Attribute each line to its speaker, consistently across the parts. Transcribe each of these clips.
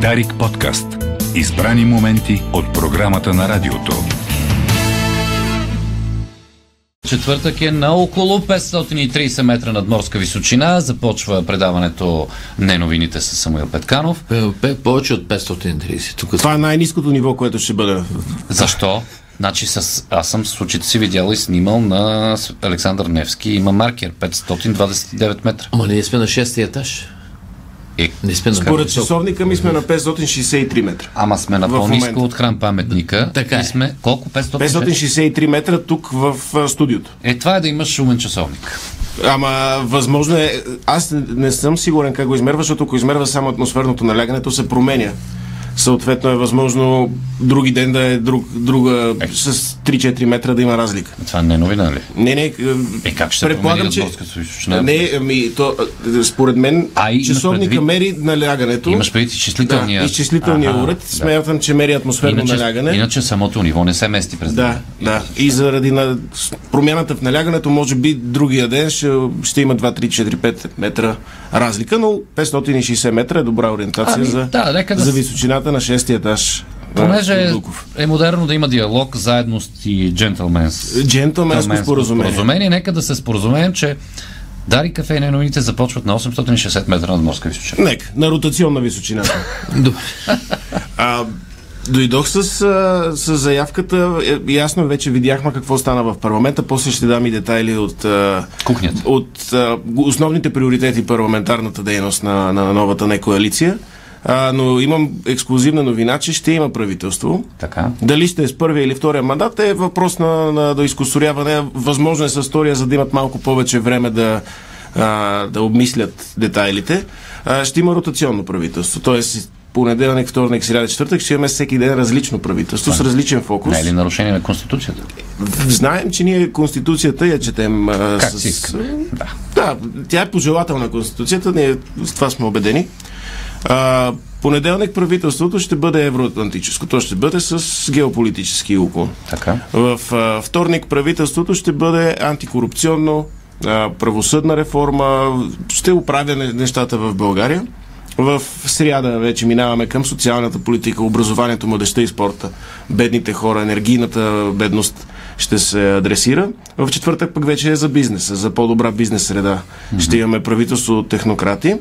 Speaker 1: Дарик подкаст. Избрани моменти от програмата на радиото.
Speaker 2: Четвъртък е на около 530 метра надморска височина. Започва предаването Не новините с Самуил Петканов.
Speaker 3: Пе- пе- Повече от 530. Тук
Speaker 4: Това е най-низкото ниво, което ще бъде.
Speaker 2: Защо? Значи с, аз съм с очите си видял и снимал на с- Александър Невски. Има маркер 529 метра.
Speaker 3: Ама ние сме на 6 етаж.
Speaker 2: Е,
Speaker 3: Не сме на
Speaker 4: Поред часовника ми сме на 563 метра.
Speaker 2: ама сме на
Speaker 4: В
Speaker 2: по-низко
Speaker 4: момента.
Speaker 2: от храм паметника.
Speaker 3: Така
Speaker 2: и
Speaker 3: е.
Speaker 2: сме колко? 500?
Speaker 4: 563 метра тук в а, студиото.
Speaker 2: Е, това е да имаш шумен часовник.
Speaker 4: Ама възможно е. Аз не- не съм сигурен как го измерва, защото ако измерва само атмосферното налягането, се променя. Съответно е възможно други ден да е друг, друга с 3-4 метра да има разлика.
Speaker 2: Това не е новина ли?
Speaker 4: Не, не.
Speaker 2: Е, как ще промени надморската височина?
Speaker 4: Не, ами, то, а, според мен,
Speaker 2: А, имаш
Speaker 4: часовника
Speaker 2: предвид-
Speaker 4: мери налягането.
Speaker 2: Имаш предвид изчислителния...
Speaker 4: Да, изчислителния
Speaker 2: Аха,
Speaker 4: уред. Смятам, че мери атмосферно
Speaker 2: Иначе,
Speaker 4: налягане.
Speaker 2: иначе самото ниво не се мести през
Speaker 4: Да,
Speaker 2: деня.
Speaker 4: да. И заради на с- промяната в налягането, може би другия ден ще, ще има 2, 3, 4, 5 метра разлика, но 560 метра е добра ориентация
Speaker 2: Ами,
Speaker 4: за,
Speaker 2: да, нека да
Speaker 4: за
Speaker 2: с-
Speaker 4: височината на 6 етаж. на
Speaker 2: Понеже е,
Speaker 4: Дондуков.
Speaker 2: е модерно да има диалог, заедност и джентълменс.
Speaker 4: Джентълменско споразумение.
Speaker 2: споразумение. Нека да се споразумеем, че Дари кафе и новините започват на 860 метра над морска височина.
Speaker 4: Нека, на ротационна височината.
Speaker 3: Добре.
Speaker 4: А, дойдох с, а, с заявката. Е, Ясно вече видяхме какво стана в парламента. После ще дам и детайли от... а,
Speaker 2: Кухнята.
Speaker 4: От а, основните приоритети парламентарната дейност на, на новата некоалиция. А, но имам ексклюзивна новина, че ще има правителство.
Speaker 2: Така.
Speaker 4: Дали ще е с първия или втория мандат е въпрос на, на до изкусоряване. Възможно е с втория, за да имат малко повече време да, а, да обмислят детайлите. А, ще има ротационно правителство. Тоест, понеделник, вторник, сряда, четвъртък ще имаме всеки ден различно правителство с различен фокус.
Speaker 2: Не е ли нарушение на Конституцията?
Speaker 4: Знаем, че ние Конституцията я четем а,
Speaker 2: Как
Speaker 4: с...
Speaker 2: си искаме.
Speaker 4: Да. да, тя е пожелателна Конституцията, ние с това сме убедени. А, понеделник правителството ще бъде евроатлантическо, то ще бъде с геополитически уклон.
Speaker 2: Така.
Speaker 4: В а, вторник правителството ще бъде антикорупционно, а, правосъдна реформа, ще оправя не- нещата в България. В сряда вече минаваме към социалната политика, образованието, младеща и спорта. Бедните хора, енергийната бедност ще се адресира. В четвъртък пък вече е за бизнеса, за по-добра бизнес среда. Ще имаме правителство от технократи.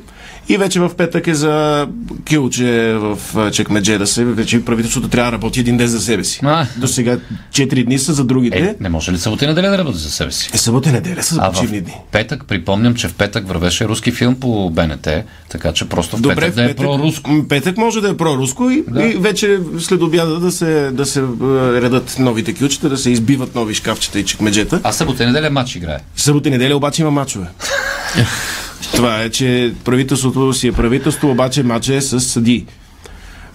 Speaker 4: И вече в петък е за килче в а, Чекмедже да се. Вече правителството трябва да работи един ден за себе си.
Speaker 2: А.
Speaker 4: До сега 4 дни са за другите.
Speaker 2: Е, не може ли събота и неделя да работи за себе си?
Speaker 4: Е, събота и неделя са за
Speaker 2: А
Speaker 4: почивни
Speaker 2: в
Speaker 4: дни.
Speaker 2: петък, припомням, че в петък вървеше руски филм по БНТ, така че просто в
Speaker 4: Добре,
Speaker 2: петък да е проруско.
Speaker 4: м, петък може да е проруско и, да. и вече след обяда да се, да се е, редат новите кючета, да се избиват нови шкафчета и чекмеджета.
Speaker 2: А събота и неделя матч играе.
Speaker 4: Събота и неделя обаче има мачове. Това е, че правителството си е правителство, обаче мача е с съди.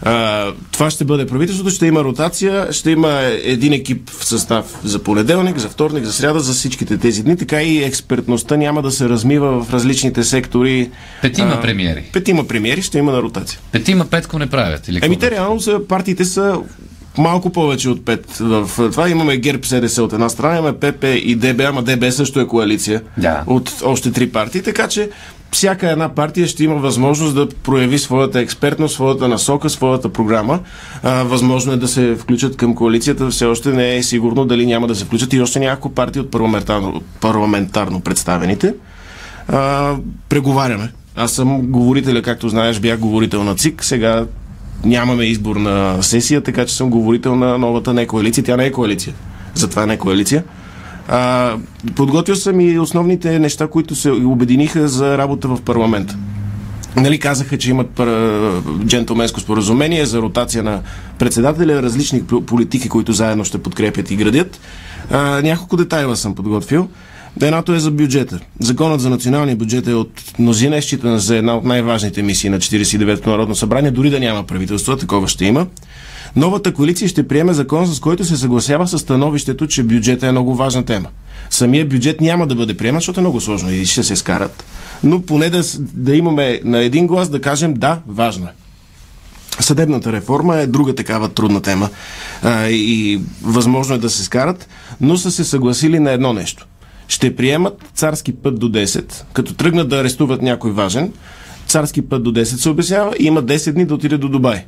Speaker 4: А, това ще бъде правителството, ще има ротация, ще има един екип в състав за понеделник, за вторник, за сряда, за всичките тези дни. Така и експертността няма да се размива в различните сектори.
Speaker 2: Петима
Speaker 4: А,
Speaker 2: премиери.
Speaker 4: Петима премиери ще има на ротация.
Speaker 2: Петима петко не правят. Или
Speaker 4: Еми,
Speaker 2: какво?
Speaker 4: те реално са, партиите са малко повече от 5 в това. Имаме ГЕРБ СДС от една страна, имаме ПП и ДБ, ама ДБ също е коалиция
Speaker 2: Да.
Speaker 4: от още три партии, така че всяка една партия ще има възможност да прояви своята експертност, своята насока, своята програма. А, възможно е да се включат към коалицията, все още не е сигурно дали няма да се включат и още няколко партии от парламентарно, парламентарно представените. А, преговаряме. Аз съм говорителя, както знаеш, бях говорител на ЦИК, сега нямаме избор на сесия, така че съм говорител на новата не коалиция. Тя не е коалиция. Затова не е коалиция. А, подготвил съм и основните неща, които се обединиха за работа в парламента. Нали казаха, че имат пр- джентлменско споразумение за ротация на председателя, различни пл- политики, които заедно ще подкрепят и градят. А, няколко детайла съм подготвил. Едното е за бюджета. Законът за националния бюджет е от мнозина е считан за една от най-важните мисии на 49-то Народно събрание, дори да няма правителство, такова ще има. Новата коалиция ще приеме закон, с който се съгласява с становището, че бюджета е много важна тема. Самия бюджет няма да бъде приеман, защото е много сложно и ще се скарат. Но поне да, с- да имаме на един глас да кажем да, важно е. Съдебната реформа е друга такава трудна тема а, и възможно е да се скарат, но са се съгласили на едно нещо. Ще приемат царски път до 10, като тръгнат да арестуват някой важен, царски път до 10 се обяснява и има 10 дни да отиде до Дубай.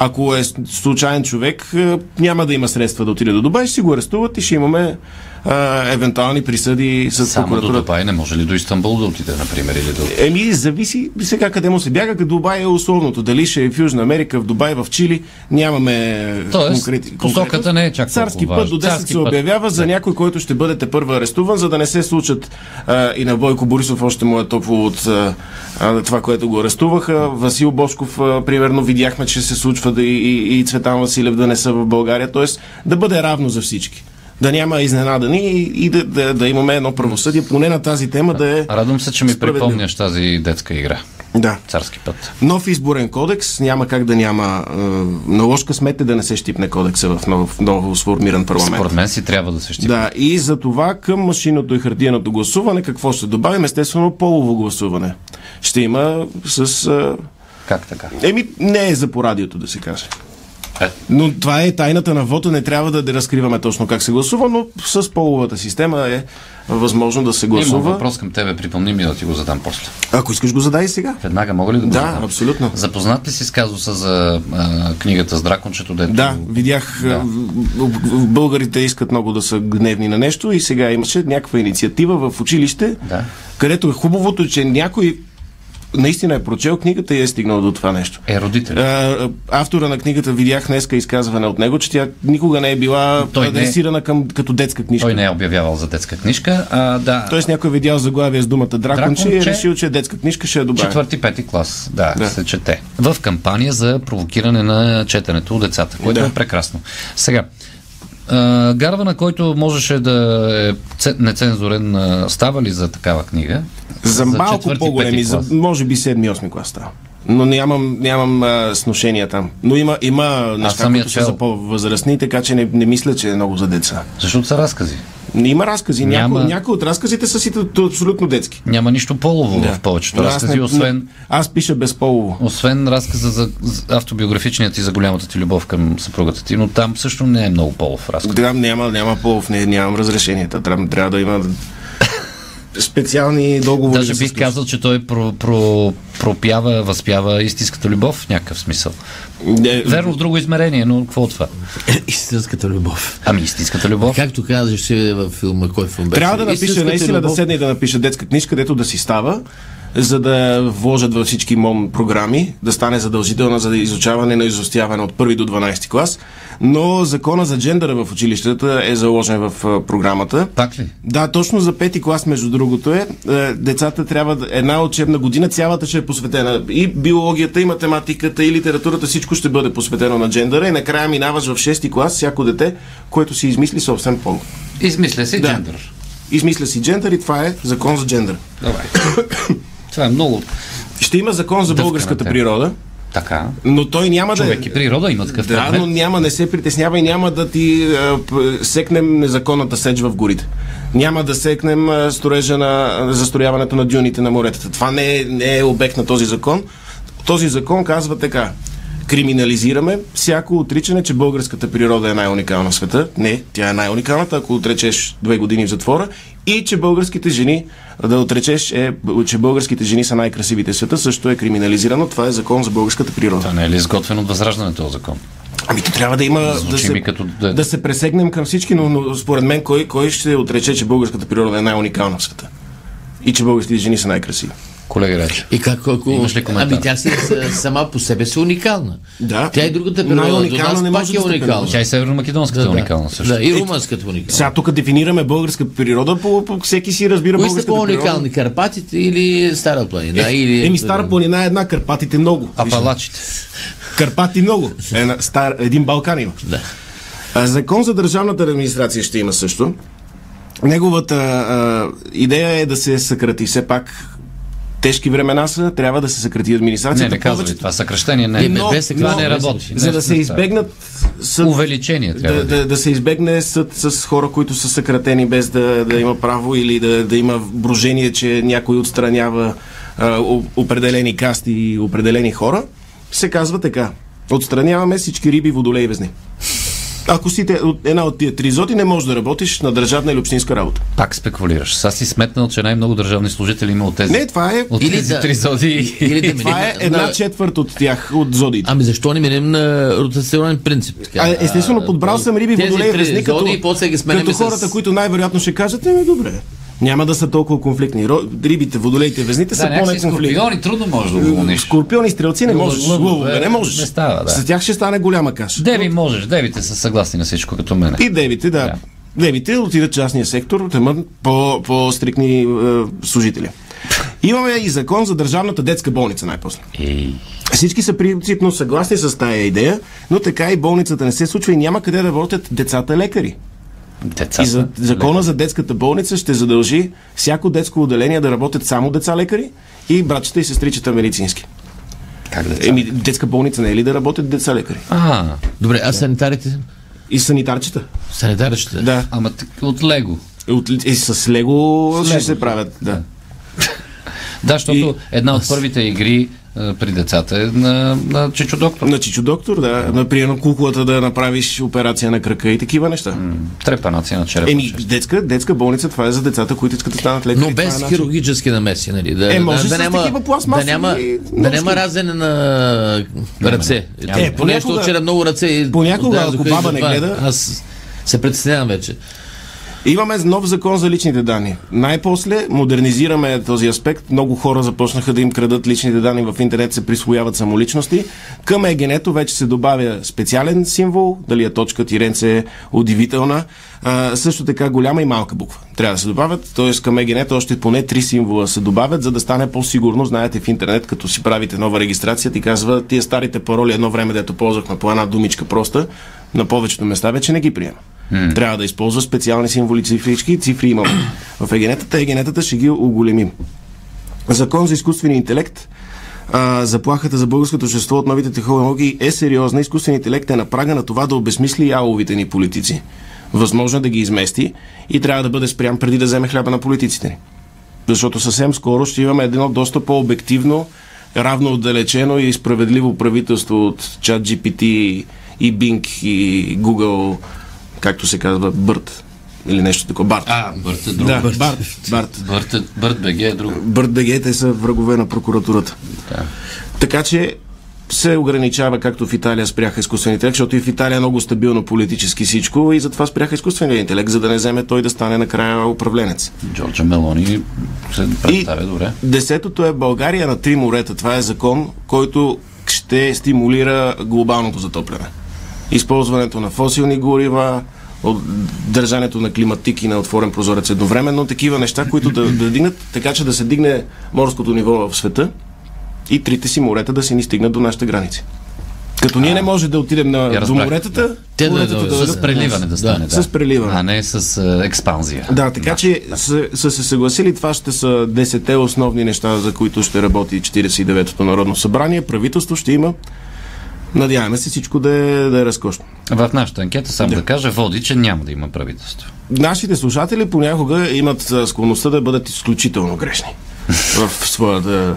Speaker 4: Ако е случайен човек, е, няма да има средства да отиде до Дубай, ще си го арестуват и ще имаме а, евентуални присъди с
Speaker 2: Само до
Speaker 4: прокуратурата.
Speaker 2: Дубай не може ли до Истанбул да отиде, например, или до...
Speaker 4: Еми, зависи сега къде му се бяга. Като Дубай е условното. Дали ще е в Южна Америка, в Дубай, в Чили, нямаме
Speaker 2: Тоест,
Speaker 4: конкрети.
Speaker 2: посоката
Speaker 4: конкретно.
Speaker 2: не е чак толкова
Speaker 4: Царски път
Speaker 2: важна.
Speaker 4: до 10
Speaker 2: Царски
Speaker 4: се
Speaker 2: път.
Speaker 4: обявява за някой, който ще бъде те първа арестуван, за да не се случат а, и на Бойко Борисов още му е топло от а, а, това, което го арестуваха. Васил Бошков, а, примерно, видяхме, че се случва да и, и, и Цветан Василев да не са в България. Тоест, да бъде равно за всички. Да няма изненадани и, и да, да, да имаме едно правосъдие, поне на тази тема да е.
Speaker 2: Радвам се, че ми
Speaker 4: Справедливо.
Speaker 2: припомняш тази детска игра.
Speaker 4: Да.
Speaker 2: Царски път.
Speaker 4: Нов изборен кодекс, няма как да няма е, на ложка смете да не се щипне кодекса в нов, ново сформиран парламент.
Speaker 2: Според мен си трябва да се щипи.
Speaker 4: Да, и за това към машинното и хартиеното гласуване, какво ще добавим? Естествено, полово гласуване. Ще има с... Е,
Speaker 2: Как така?
Speaker 4: еми, не е за по радиото, да се каже.
Speaker 2: Е.
Speaker 4: Но това е тайната на вота, не трябва да, да разкриваме точно как се гласува, но с половата система е възможно да се
Speaker 2: Имам
Speaker 4: гласува.
Speaker 2: въпрос към тебе, припомни ми да ти го задам после.
Speaker 4: Ако искаш го задай сега.
Speaker 2: Веднага мога ли да го
Speaker 4: Да,
Speaker 2: задам?
Speaker 4: абсолютно.
Speaker 2: Запознат ли си с казуса за а, книгата с дракончето, дето
Speaker 4: Да, видях. е, Да. Българите искат много да са гневни на нещо и сега имаше някаква инициатива в училище,
Speaker 2: Да.
Speaker 4: където е хубавото, че някой наистина е прочел книгата и е стигнал до това нещо.
Speaker 2: е родител?
Speaker 4: А, Автора на книгата видях днеска изказване от него, че тя никога не е била
Speaker 2: Той не е.
Speaker 4: адресирана към, като детска книжка.
Speaker 2: Той не е обявявал за детска книжка. А, да,
Speaker 4: Тоест някой е видял заглавие с думата драконче, и е
Speaker 2: Драконче.
Speaker 4: решил, че детска книжка ще я добави.
Speaker 2: Четвърти, пети клас, да,
Speaker 4: Да.
Speaker 2: да, се чете. В кампания за провокиране на четенето у децата, което
Speaker 4: Да.
Speaker 2: да. е прекрасно. Сега, а, Гарва, на който можеше да е ц- нецензурен, а, става ли за такава книга?
Speaker 4: За малко
Speaker 2: четвърти,
Speaker 4: по-големи,
Speaker 2: пети
Speaker 4: за,
Speaker 2: клас.
Speaker 4: може би 7-8 клас става. Но нямам, нямам а, сношения там. Но има, има неща,
Speaker 2: съм я
Speaker 4: които са
Speaker 2: чел.
Speaker 4: за по-възрастни, така че не, не мисля, че е много за деца.
Speaker 2: Защото са разкази.
Speaker 4: Не има разкази. Няма...
Speaker 2: Няма.
Speaker 4: Някои, някои от разказите са си т- абсолютно детски.
Speaker 2: Няма нищо полово да. в повечето
Speaker 4: Аз
Speaker 2: разкази,
Speaker 4: не-
Speaker 2: освен...
Speaker 4: не- Аз пиша безполово.
Speaker 2: Освен разказа за за автобиографичният ти за голямата ти любов към съпругата ти, но там също не е много полов разказ.
Speaker 4: Да, няма, няма полов, не, нямам разрешенията. Трябва, трябва да има специални договори.
Speaker 2: Даже
Speaker 4: да се
Speaker 2: бих
Speaker 4: сключат.
Speaker 2: казал, че той про, про, пропява, възпява истинската любов в някакъв смисъл.
Speaker 4: Не,
Speaker 2: Верно в друго измерение, но какво от това?
Speaker 3: Истинската любов.
Speaker 2: Ами истинската любов.
Speaker 3: Както казваш си във филма, кой филм беше?
Speaker 4: Трябва да напиша,
Speaker 3: Истинската
Speaker 4: наистина да
Speaker 3: любов-
Speaker 4: седне и да напиша детска книжка, където да си става, за да вложат във всички МОМ програми, да стане задължителна за изучаване на изостяване от 1 до 12 клас. Но закона за джендъра в училищата е заложен в а, програмата.
Speaker 2: Пак ли?
Speaker 4: Да, точно за пети клас, между другото е. е, Децата трябва да- една учебна година, цялата ще е посветена. И биологията, и математиката, и литературата, всичко ще бъде посветено на джендъра. И накрая минаваш в шести клас, всяко дете, което си измисли собствен пол.
Speaker 2: Измисля си
Speaker 4: Да.
Speaker 2: джендър.
Speaker 4: Измисля си джендър и това е закон за джендър.
Speaker 2: Добре. това е много
Speaker 4: Ще има закон за
Speaker 2: Дъвка
Speaker 4: българската
Speaker 2: на теб.
Speaker 4: природа,
Speaker 2: така.
Speaker 4: но той няма
Speaker 2: Човек и
Speaker 4: да. е-
Speaker 2: природа има такъв
Speaker 4: Да,
Speaker 2: предмет.
Speaker 4: но няма, не се притеснява и няма да ти а, п- секнем незаконната сеч в горите. Няма да секнем а, строежа на а, застрояването на дюните на моретата. Това не е, не е обект на този закон. Този закон казва така. Криминализираме всяко отричане, че българската природа е най-уникална в света. Не, тя е най-уникалната, ако отречеш две години в затвора. И че българските жени, да отречеш, е, че българските жени са най-красивите в света, също е криминализирано. Това е закон за българската природа.
Speaker 2: Това не е ли изготвен от възраждането този закон?
Speaker 4: Ами то трябва да има да
Speaker 2: Звучи
Speaker 4: се,
Speaker 2: ми като да-
Speaker 4: да се пресегнем към всички, но, но според мен кой, кой ще отрече, че българската природа е най-уникална в света? И че българските жени са най-красиви.
Speaker 2: Колега Речи.
Speaker 3: И как, ако...
Speaker 2: Имаш ли коментар?
Speaker 3: Ами тя си, с- сама по себе си е уникална.
Speaker 4: Да.
Speaker 3: Тя и другата е природа до
Speaker 4: Най-уникална
Speaker 3: нас
Speaker 4: не
Speaker 3: пак
Speaker 4: може
Speaker 3: е
Speaker 4: да стъпим.
Speaker 3: уникална.
Speaker 2: Тя и северно-македонската е уникална също.
Speaker 3: Да, и румънската е уникална.
Speaker 4: Сега тук дефинираме българска природа, по, по всеки си разбира
Speaker 3: Кои са
Speaker 4: българската
Speaker 3: по-уникални? Карпатите или Стара планина? или...
Speaker 4: природа. Еми, Стара планина е една, Карпатите много.
Speaker 2: Апалачите.
Speaker 4: Карпати много. Една, стар, един Балкан има.
Speaker 3: Да.
Speaker 4: А, Закон за държавната администрация ще има също. Неговата а, идея е да се съкрати. Все пак тежки времена са, трябва да се съкрати
Speaker 2: Не,
Speaker 4: администрацията.
Speaker 2: не казвай
Speaker 4: Повечето-
Speaker 2: това. Съкръщение не
Speaker 3: Е,
Speaker 2: е.
Speaker 3: но-
Speaker 2: Без това
Speaker 3: но-
Speaker 2: не работи.
Speaker 4: За да
Speaker 2: Не,
Speaker 4: се
Speaker 2: не
Speaker 4: избегнат
Speaker 2: става.
Speaker 4: съд,
Speaker 2: Увеличение трябва
Speaker 4: да,
Speaker 2: да, е.
Speaker 4: да, да се избегне съд с хора, които са съкратени без да, да има право или да, да има брожение, че някой отстранява а, о- определени касти и определени хора, се казва така. Отстраняваме всички риби, водолеи и везни. Ако си те- от една от тия три зоти, не можеш да работиш на държавна или общинска работа.
Speaker 2: Пак спекулираш. Сега си сметнал, че най-много държавни служители има от тези.
Speaker 4: Не, това е.
Speaker 2: от
Speaker 3: Или
Speaker 2: тези
Speaker 3: да-
Speaker 2: три зоди.
Speaker 3: Или да
Speaker 4: Това е
Speaker 3: минем
Speaker 4: една
Speaker 3: на-
Speaker 4: четвърт от тях, от зодиите.
Speaker 3: Ами защо не минем на ротационен принцип? Така?
Speaker 4: А, е- естествено, подбрал съм риби,
Speaker 3: тези
Speaker 4: водолей,
Speaker 3: три
Speaker 4: връзни, като,
Speaker 3: зоди и после ги сменяме
Speaker 4: като
Speaker 3: с-
Speaker 4: хората, които най-вероятно ще кажат, е добре. Няма да са толкова конфликтни. Ро- Рибите, водолеите, везните са
Speaker 2: Да, някакви
Speaker 4: по-неконфликтни.
Speaker 2: скорпиони трудно може да уволниш.
Speaker 4: Скорпион и стрелци не
Speaker 2: Лъв-
Speaker 4: можеш.
Speaker 2: лъвове
Speaker 4: Лъвове не можеш.
Speaker 2: не става, да.
Speaker 4: С тях ще стане голяма каша.
Speaker 2: Деви можеш, девите са съгласни на всичко като мене.
Speaker 4: И девите, да. Девите отидат в частния сектор, тема по, по-стрикни е, служители. Имаме и закон за държавната детска болница най-после.
Speaker 2: Ей.
Speaker 4: Всички са принципно съгласни с тая идея, но така и болницата не се случва и няма къде да работят децата лекари.
Speaker 2: Децата.
Speaker 4: И за, закона за детската болница ще задължи всяко детско отделение да работят само деца лекари и братчета и сестричета медицински.
Speaker 2: Как деца?
Speaker 4: Еми, детска болница не е ли да работят деца лекари?
Speaker 2: А,
Speaker 3: Добре, а санитарите?
Speaker 4: И санитарчета.
Speaker 3: Санитарите.
Speaker 4: Да.
Speaker 2: ама так- от Лего.
Speaker 4: Е, От, и с Лего ще
Speaker 2: Лего.
Speaker 4: се правят. Да.
Speaker 2: Да, защото една от първите игри а, при децата е на, на Чичо Доктор.
Speaker 4: На Чичо Доктор, да. Например, куклата да направиш операция на крака и такива неща.
Speaker 2: Трепанация на черепа.
Speaker 4: Еми, детска, детска болница, това е за децата, които искат да станат лекари.
Speaker 3: Но
Speaker 4: Това е
Speaker 3: без
Speaker 4: начин.
Speaker 3: хирургически намеси, нали? Да,
Speaker 4: Е,
Speaker 3: да,
Speaker 4: може
Speaker 3: да,
Speaker 4: с
Speaker 3: няма,
Speaker 4: такива пластмасови
Speaker 3: да, няма, да
Speaker 4: ножки.
Speaker 3: няма разене на ръце.
Speaker 2: Няма.
Speaker 4: Е, понякога-
Speaker 3: Нещо вчера много ръце. и-
Speaker 4: понякога,
Speaker 3: отдадоха
Speaker 4: ако
Speaker 3: и
Speaker 4: баба
Speaker 3: затова.
Speaker 4: не гледа-
Speaker 3: Аз се притеснявам вече.
Speaker 4: Имаме нов закон за личните данни. Най-после модернизираме този аспект. Много хора започнаха да им крадат личните данни в интернет, се присвояват самоличности. Към егенето вече се добавя специален символ, дали е точка, тиренце, удивителна. А, също така голяма и малка буква трябва да се добавят. Т.е. към егенето още поне три символа се добавят, за да стане по-сигурно. Знаете в интернет, като си правите нова регистрация, ти казва тия старите пароли едно време, дето ползвахме по една думичка проста, на повечето места вече не ги приема. Трябва да използва специални символи, цифрички, цифри имаме. В егенетата, егенетата ще ги оголемим. Закон за изкуствения интелект. А, заплахата за българското общество от новите технологии е сериозна. Изкуственият интелект е на прага на това да обесмисли яловите ни политици. Възможно е да ги измести и трябва да бъде спрян преди да вземе хляба на политиците ни. Защото съвсем скоро ще имаме едно доста по-обективно, равно отдалечено и справедливо правителство от ChatGPT и Bing и Google, както се казва, Бърт или нещо такова. Барт.
Speaker 2: А, Бърт е друг.
Speaker 4: да,
Speaker 2: Бърт.
Speaker 4: Барт. Барт.
Speaker 2: Бърт, е- Бърт БГ е друг.
Speaker 4: Бърт БГ, те са врагове на прокуратурата.
Speaker 2: Да.
Speaker 4: Така че се ограничава, както в Италия спряха изкуствения интелект, защото и в Италия е много стабилно политически всичко и затова спряха изкуствения интелект, за да не вземе той да стане накрая управленец.
Speaker 2: Джорджа Мелони се представя добре.
Speaker 4: Десетото е България на три морета. Това е закон, който ще стимулира глобалното затопляне. Използването на фосилни горива, от- държането на климатик и на отворен прозорец едновременно, такива неща, които да, да дигнат, така че да се дигне морското ниво в света и трите си морета да си ни стигнат до нашите граници. Като ние не може да отидем на,
Speaker 2: я
Speaker 4: до
Speaker 2: разбрах.
Speaker 4: моретата,
Speaker 3: Те да
Speaker 4: моретата
Speaker 3: дойдат.
Speaker 4: да, да,
Speaker 2: С преливане да стане, да.
Speaker 4: С преливане.
Speaker 2: А не с а, експанзия.
Speaker 4: да, така че са, са се съгласили, това ще са 10-те основни неща, за които ще работи 49-то Народно събрание. Правителство ще има. Надяваме се всичко да е, да е разкошно.
Speaker 2: В нашата анкета, само да. кажа, води, че няма да има правителство.
Speaker 4: Нашите слушатели понякога имат а, склонността да бъдат изключително грешни в своята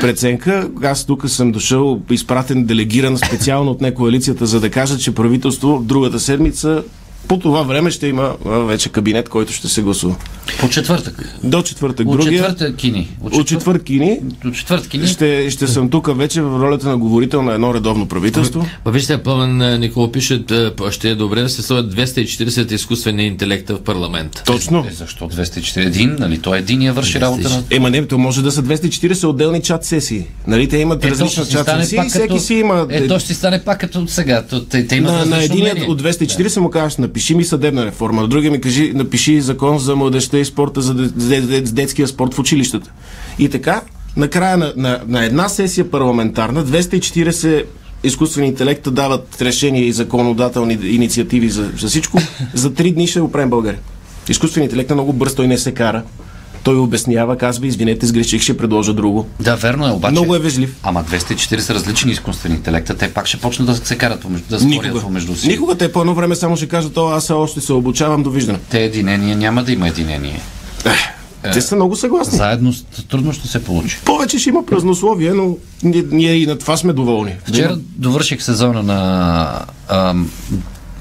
Speaker 4: преценка. Аз тук съм дошъл изпратен, делегиран специално от не коалицията, за да кажа, че правителство другата седмица по това време ще има а, вече кабинет, който ще се гласува.
Speaker 2: По четвъртък.
Speaker 4: До четвъртък.
Speaker 2: От
Speaker 4: другия...
Speaker 2: четвъртък кини.
Speaker 4: От четвърт кини
Speaker 2: От четвъртък кини.
Speaker 4: ще, ще съм тук вече в ролята на говорител на едно редовно правителство.
Speaker 2: Е,
Speaker 3: Па вижте, Пламен а, Никола пише, а, п- ще е добре да се слагат 240 изкуствени интелекта в парламент.
Speaker 4: Точно.
Speaker 2: Е, защо 241? Нали? Той единия върши работа на...
Speaker 4: Ема не, то може да са 240 отделни чат сесии. Нали, те имат
Speaker 2: Е, то ще
Speaker 4: различни
Speaker 2: си
Speaker 4: чат
Speaker 2: стане
Speaker 4: сесии
Speaker 2: пак
Speaker 4: и всеки
Speaker 2: като-
Speaker 4: си има...
Speaker 2: Е, то ще си стане пак като сега. То- Те, те имат
Speaker 4: на, на
Speaker 2: различно
Speaker 4: един
Speaker 2: мнение.
Speaker 4: от 240 му кажеш, напиши ми съдебна реформа, на другия ми кажи, напиши закон за младеща и спорта, за де- де- де- детския спорт в училищата. И така, накрая на, на, на една сесия парламентарна, 240 изкуствени интелекта дават решения и законодателни инициативи за, за всичко. За три дни ще оправим България. Изкуственият интелект е много бърз, той не се кара. Той обяснява, казва, извинете, сгреших, ще предложа друго.
Speaker 2: Да, верно е, обаче.
Speaker 4: Много е вежлив.
Speaker 2: Ама 240 различни изкуствени интелекта, те пак ще почнат да се карат, помежду, да спорят
Speaker 4: Никога.
Speaker 2: помежду си.
Speaker 4: Никога те по едно време само ще кажат, о, аз още се обучавам, довиждане.
Speaker 2: Те единения няма да има единение. е.
Speaker 4: Те са много съгласни.
Speaker 2: Заедно с- трудно ще се получи.
Speaker 4: Повече ще има празнословие, но ние, ние и на това сме доволни.
Speaker 2: Вчера довърших сезона на ам,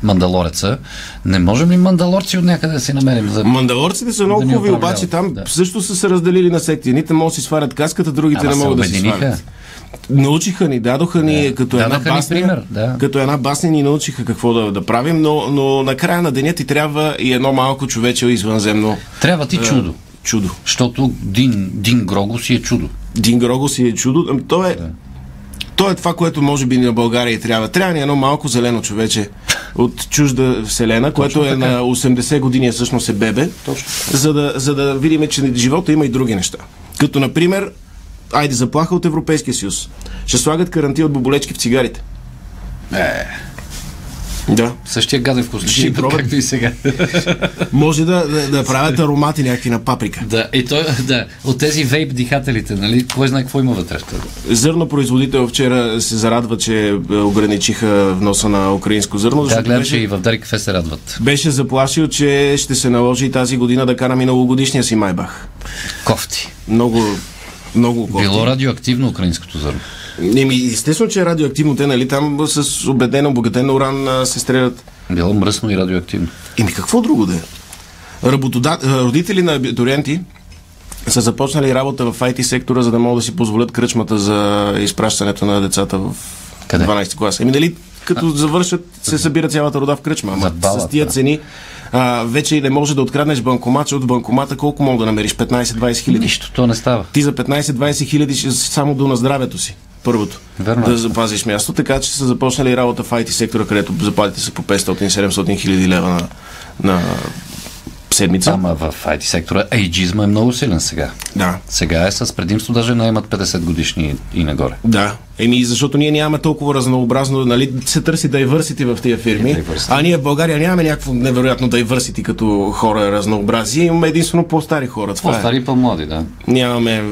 Speaker 2: Мандалореца. Не можем ли мандалорци от някъде да си намерим? За...
Speaker 4: Мандалорците са много
Speaker 2: Да ни
Speaker 4: хубави,
Speaker 2: управляват,
Speaker 4: обаче там
Speaker 2: да.
Speaker 4: също са се разделили на секти. Едните могат да си сварят каската, другите
Speaker 2: Ама
Speaker 4: не
Speaker 2: се
Speaker 4: могат да си
Speaker 2: обединиха.
Speaker 4: сварят. Научиха ни, дадоха ни като една
Speaker 2: Дадаха ни
Speaker 4: басня.
Speaker 2: пример, да.
Speaker 4: Като една басня ни научиха какво да, да правим, но, но накрая на деня ти трябва и едно малко човече извънземно
Speaker 2: Трябва ти чудо.
Speaker 4: чудо.
Speaker 2: Защото Дин, Дин Грого си е чудо.
Speaker 4: Дин Грого си е чудо. Ам, То е, то е това, което може би на България и трябва. Трябва ни едно малко зелено човече от чужда вселена, което е на 80 години, а всъщност е бебе, за да, за да видим, че в живота има и други неща. Като, например, айде заплаха от Европейския съюз. Ще слагат карантия от боболечки в цигарите. Е. Да.
Speaker 2: Същия гаден вкус.
Speaker 4: Ще
Speaker 2: Ще
Speaker 4: пробвам.
Speaker 2: както и сега.
Speaker 4: Може да, да, да правят аромати някакви на паприка.
Speaker 2: да, и той, да, от тези вейп дихателите, нали? Кой знае какво има вътре в тях?
Speaker 4: Зърно производител вчера се зарадва, че е, ограничиха вноса на украинско зърно.
Speaker 2: Да,
Speaker 4: защото
Speaker 2: гледам,
Speaker 4: беше-
Speaker 2: че и в Дарик Кафе се радват.
Speaker 4: беше заплашил, че ще се наложи и тази година да кара миналогодишния си Майбах.
Speaker 2: Кофти.
Speaker 4: Много, много кофти.
Speaker 2: Било радиоактивно украинското зърно.
Speaker 4: Еми, естествено, че е радиоактивно. Те, нали, там с убеден, обогатен уран а, се стрелят.
Speaker 2: Било мръсно и радиоактивно.
Speaker 4: Еми, какво друго да е? Работода... а, Родители на абитуриенти са започнали работа в IT сектора, за да могат да си позволят кръчмата за изпращането на децата в
Speaker 2: Къде?
Speaker 4: 12 класа. Еми, нали, като завършат, се събира цялата рода в кръчма. Ама
Speaker 2: За балата.
Speaker 4: с тия цени а, вече и не може да откраднеш банкомат, защото от банкомата колко мога да намериш? 15-20 хиляди.
Speaker 2: Нищо, то не става.
Speaker 4: Ти за 15-20 хиляди ще си само до на здравето си. Първото.
Speaker 2: Верно. е.
Speaker 4: Да запазиш място, така че са започнали работа в IT сектора, където заплатите са по 500-700 хиляди лева на, на седмица.
Speaker 2: Ама в IT сектора ейджизма е много силен сега.
Speaker 4: Да.
Speaker 2: Сега е с предимство, даже наемат 50 годишни и нагоре.
Speaker 4: Да. Еми, защото ние нямаме толкова разнообразно, нали, се търси diversity в тия фирми.
Speaker 2: Е, diversity.
Speaker 4: А ние в България нямаме някакво невероятно diversity като хора разнообразие. Имаме единствено по-стари хора. Това е.
Speaker 2: По-стари и по-млади, да.
Speaker 4: нямаме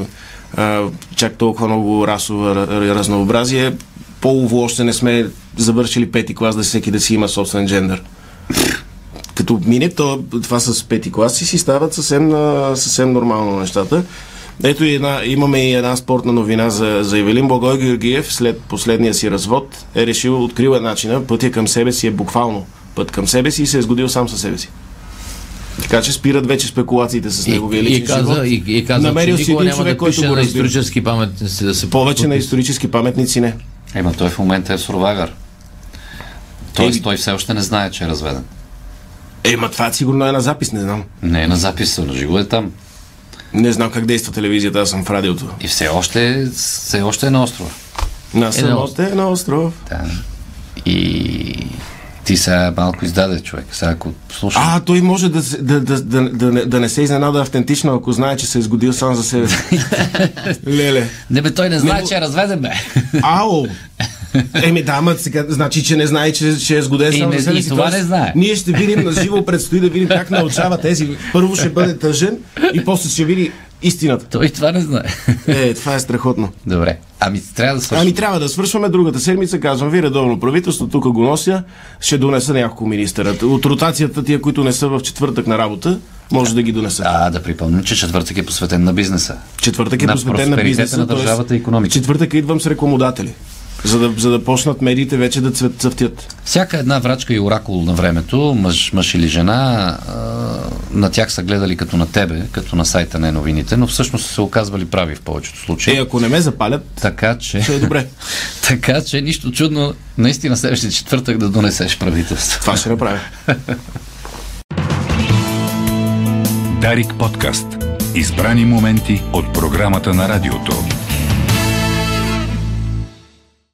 Speaker 4: а, чак толкова много расово ра- ра- разнообразие. Полово още не сме завършили пети клас, да всеки да си има собствен джендър. Като мине то, това с пети клас си си стават съвсем, а, съвсем нормално нещата. Ето и една, имаме и една спортна новина за, за Евелин Благой Георгиев. След последния си развод е решил, открил е начина, пътя към себе си е буквално път към себе си и се е сгодил сам със себе си. Така че спират вече спекулациите с
Speaker 3: И,
Speaker 4: неговия
Speaker 3: и,
Speaker 4: личен живот.
Speaker 3: каза, и, и каза,
Speaker 4: Намерил
Speaker 3: че
Speaker 4: си
Speaker 3: никога
Speaker 4: един
Speaker 3: няма
Speaker 4: човек,
Speaker 3: да
Speaker 4: който
Speaker 3: пише
Speaker 4: го
Speaker 3: на
Speaker 4: разбира.
Speaker 3: исторически паметници да се
Speaker 4: Повече на
Speaker 3: подпис-
Speaker 4: исторически паметници не.
Speaker 2: Ема той в момента е сурвайвър. Тоест
Speaker 4: Ей.
Speaker 2: той все още не знае, че е разведен.
Speaker 4: Е, ма това сигурно е на запис, не знам.
Speaker 2: Не е на записа, но живо е там.
Speaker 4: Не знам как действа телевизията, аз съм в радиото.
Speaker 2: И все още, все още е на острова.
Speaker 4: На
Speaker 2: Е,
Speaker 4: съм
Speaker 3: на
Speaker 4: още на остров.
Speaker 2: Да. И ти сега малко издаде човек. Сега ако слушаш...
Speaker 4: А, той може да, се- да, да, да, да, не- да не се изненада автентично, ако знае, че се е сгодил сам за себе си. Леле.
Speaker 2: Не бе, той не знае,
Speaker 4: Не,
Speaker 2: че е разведен, бе.
Speaker 4: Ау! Еми да, ама сега значи, че не знае, че, че е сгоден
Speaker 2: И
Speaker 4: сам
Speaker 2: не-
Speaker 4: за себе
Speaker 2: и
Speaker 4: си.
Speaker 2: това
Speaker 4: Тоест,
Speaker 2: не знае.
Speaker 4: Ние ще видим на живо, предстои да видим как научава тези. Първо ще бъде тъжен и после ще види истината.
Speaker 2: Той това не знае.
Speaker 4: Е, това е страхотно.
Speaker 2: Добре. Ами трябва да свършим.
Speaker 4: Ами трябва да свършваме другата седмица, казвам ви, редовно правителство, тук го нося, ще донеса няколко министъра. От ротацията тия, които не са в четвъртък на работа, може да ги донеса.
Speaker 2: А, да припомним, че четвъртък е посветен на бизнеса.
Speaker 4: Четвъртък е
Speaker 2: На
Speaker 4: посветен на
Speaker 2: просперитета
Speaker 4: бизнеса.
Speaker 2: на
Speaker 4: т.е.
Speaker 2: държавата и економиката.
Speaker 4: Четвъртък идвам с рекламодатели. За да, за да почнат медиите вече да цвет, цъфтят.
Speaker 2: Всяка една врачка и оракул на времето, мъж, мъж или жена, а, на тях са гледали като на тебе, като на сайта на новините, но всъщност са се оказвали прави в повечето
Speaker 4: Е,
Speaker 2: случаи.
Speaker 4: ако не ме запалят,
Speaker 2: Така че,
Speaker 4: ще е добре.
Speaker 2: така че нищо чудно, наистина следващия четвъртък да донесеш правителство.
Speaker 4: Това ще направя.
Speaker 1: Дарик подкаст. Избрани моменти от програмата на радиото.